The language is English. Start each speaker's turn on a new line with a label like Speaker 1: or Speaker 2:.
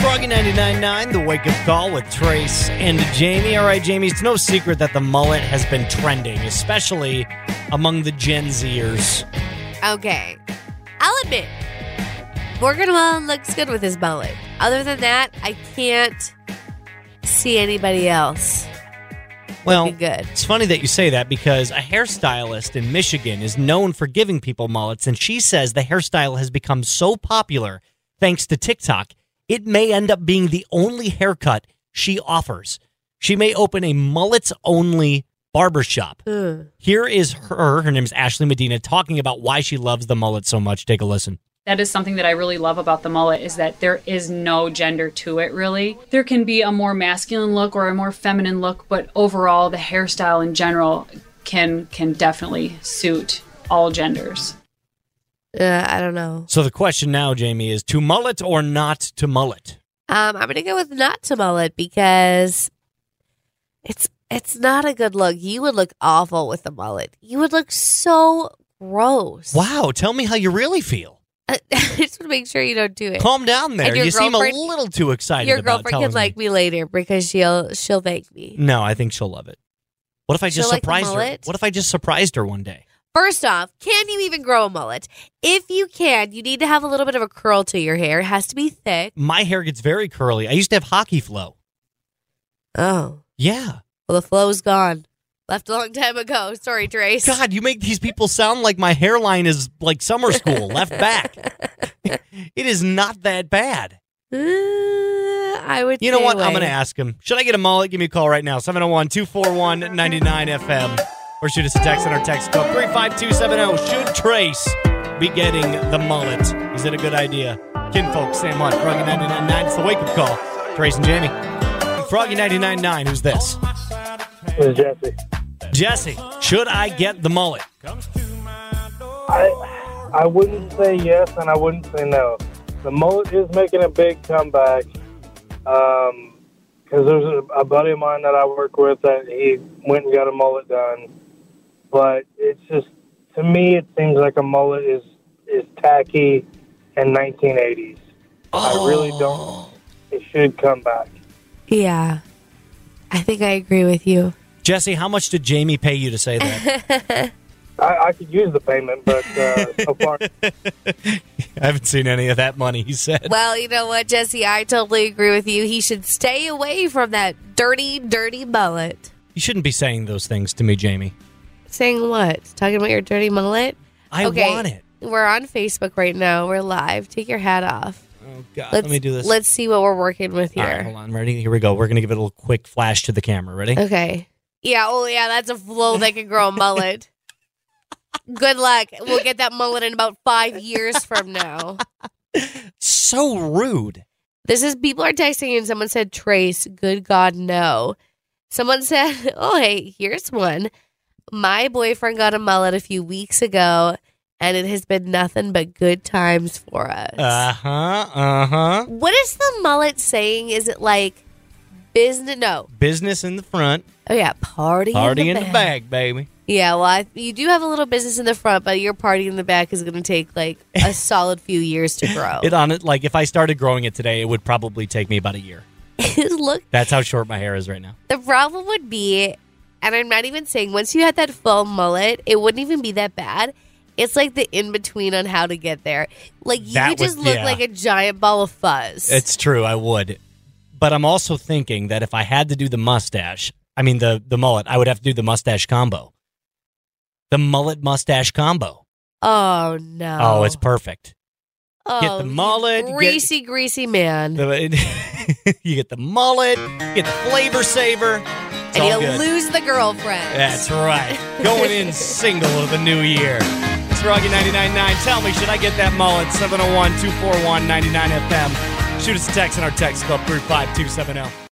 Speaker 1: Froggy 99.9, the wake up call with Trace and Jamie. All right, Jamie, it's no secret that the mullet has been trending, especially among the Gen Zers.
Speaker 2: Okay. I'll admit, Morgan Wallen looks good with his mullet. Other than that, I can't see anybody else
Speaker 1: Well,
Speaker 2: looking good.
Speaker 1: It's funny that you say that because a hairstylist in Michigan is known for giving people mullets, and she says the hairstyle has become so popular thanks to TikTok, it may end up being the only haircut she offers. She may open a mullets only barbershop.
Speaker 2: Ugh.
Speaker 1: Here is her, her name is Ashley Medina, talking about why she loves the mullet so much. Take a listen.
Speaker 3: that is something that I really love about the mullet is that there is no gender to it really. There can be a more masculine look or a more feminine look, but overall the hairstyle in general can can definitely suit all genders.
Speaker 2: Uh, I don't know.
Speaker 1: So the question now, Jamie, is to mullet or not to mullet?
Speaker 2: Um, I'm gonna go with not to mullet because it's it's not a good look. You would look awful with a mullet. You would look so gross.
Speaker 1: Wow, tell me how you really feel.
Speaker 2: I just want to make sure you don't do it.
Speaker 1: Calm down there.
Speaker 2: And your
Speaker 1: You seem a
Speaker 2: girlfriend-
Speaker 1: little too excited.
Speaker 2: Your
Speaker 1: about
Speaker 2: girlfriend
Speaker 1: telling
Speaker 2: can like me later because she'll she'll thank me.
Speaker 1: No, I think she'll love it. What if I just
Speaker 2: She'll like the
Speaker 1: surprised her?
Speaker 2: mullet?
Speaker 1: What if I just surprised her one day?
Speaker 2: First off, can you even grow a mullet? If you can, you need to have a little bit of a curl to your hair. It has to be thick.
Speaker 1: My hair gets very curly. I used to have hockey flow.
Speaker 2: Oh,
Speaker 1: Yeah.
Speaker 2: well, the flow's gone. Left a long time ago. Sorry, Trace.
Speaker 1: God, you make these people sound like my hairline is like summer school left back. it is not that bad.
Speaker 2: Uh, I would.
Speaker 1: You know
Speaker 2: stay
Speaker 1: what? I'm
Speaker 2: away.
Speaker 1: going to ask him. Should I get a mullet? Give me a call right now. 701 241 99FM. Or shoot us a text on our text code 35270. oh. Should Trace be getting the mullet? Is it a good idea? Kinfolk, Sam Hunt, Froggy 999. It's the wake up call. Trace and Jamie. Froggy 999, who's this?
Speaker 4: This is Jesse.
Speaker 1: Jesse, should I get the mullet?
Speaker 4: I I wouldn't say yes and I wouldn't say no. The mullet is making a big comeback. Um, because there's a, a buddy of mine that I work with that he went and got a mullet done, but it's just to me it seems like a mullet is is tacky and 1980s. I really don't. It should come back.
Speaker 2: Yeah. I think I agree with you.
Speaker 1: Jesse, how much did Jamie pay you to say that?
Speaker 4: I, I could use the payment, but uh, so far
Speaker 1: I haven't seen any of that money, he said.
Speaker 2: Well, you know what, Jesse? I totally agree with you. He should stay away from that dirty, dirty mullet.
Speaker 1: You shouldn't be saying those things to me, Jamie.
Speaker 2: Saying what? Talking about your dirty mullet?
Speaker 1: I
Speaker 2: okay.
Speaker 1: want it.
Speaker 2: We're on Facebook right now. We're live. Take your hat off.
Speaker 1: Oh, God.
Speaker 2: Let's,
Speaker 1: let me do this.
Speaker 2: Let's see what we're working with
Speaker 1: All right,
Speaker 2: here. Uh,
Speaker 1: hold on. Ready? Here we go. We're going to give it a little quick flash to the camera. Ready?
Speaker 2: okay. Yeah. Oh, yeah. That's a flow that can grow a mullet. Good luck. We'll get that mullet in about five years from now.
Speaker 1: So rude.
Speaker 2: This is people are texting and someone said Trace, good God, no. Someone said, Oh hey, here's one. My boyfriend got a mullet a few weeks ago and it has been nothing but good times for us.
Speaker 1: Uh huh. Uh huh.
Speaker 2: what is the mullet saying? Is it like business no.
Speaker 1: Business in the front,
Speaker 2: Oh yeah, party,
Speaker 1: party
Speaker 2: in the, back.
Speaker 1: bag, baby.
Speaker 2: Yeah, well I, you do have a little business in the front, but your party in the back is gonna take like a solid few years to grow.
Speaker 1: It on it. Like if I started growing it today, it would probably take me about a year.
Speaker 2: It looked
Speaker 1: That's how short my hair is right now.
Speaker 2: The problem would be, and I'm not even saying once you had that full mullet, it wouldn't even be that bad. It's like the in between on how to get there. Like you
Speaker 1: That
Speaker 2: would just
Speaker 1: would-
Speaker 2: look
Speaker 1: yeah.
Speaker 2: like a giant ball of fuzz.
Speaker 1: It's true. I would, but I'm also thinking that if I had to do the mustache, I mean the the mullet, I would have to do the mustache combo. The mullet mustache combo.
Speaker 2: oh no!
Speaker 1: Oh, it's perfect.
Speaker 2: oh,
Speaker 1: get the
Speaker 2: you
Speaker 1: mullet, get-
Speaker 2: greasy, greasy man,
Speaker 1: The- you get the mullet, you get the flavor saver. It's
Speaker 2: and
Speaker 1: all
Speaker 2: you
Speaker 1: good.
Speaker 2: lose the girlfriend.
Speaker 1: That's right. Going in single of the new year. It's Rocky 99.9. Tell me, should I get that mullet? 701 241 99FM. Shoot us a text in our text club 35270.